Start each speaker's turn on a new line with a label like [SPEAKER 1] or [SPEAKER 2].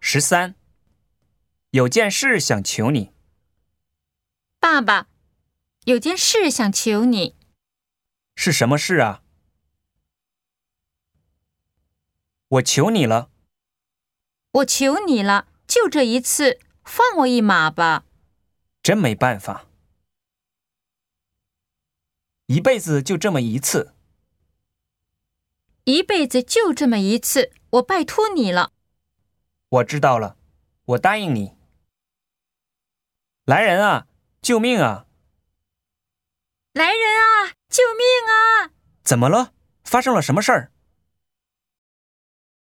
[SPEAKER 1] 十三，有件事想求你。
[SPEAKER 2] 爸爸，有件事想求你。
[SPEAKER 1] 是什么事啊？我求你了，
[SPEAKER 2] 我求你了，就这一次，放我一马吧。
[SPEAKER 1] 真没办法。一辈子就这么一次，
[SPEAKER 2] 一辈子就这么一次，我拜托你了。
[SPEAKER 1] 我知道了，我答应你。来人啊！救命啊！
[SPEAKER 2] 来人啊！救命啊！啊
[SPEAKER 1] 怎么了？发生了什么事儿？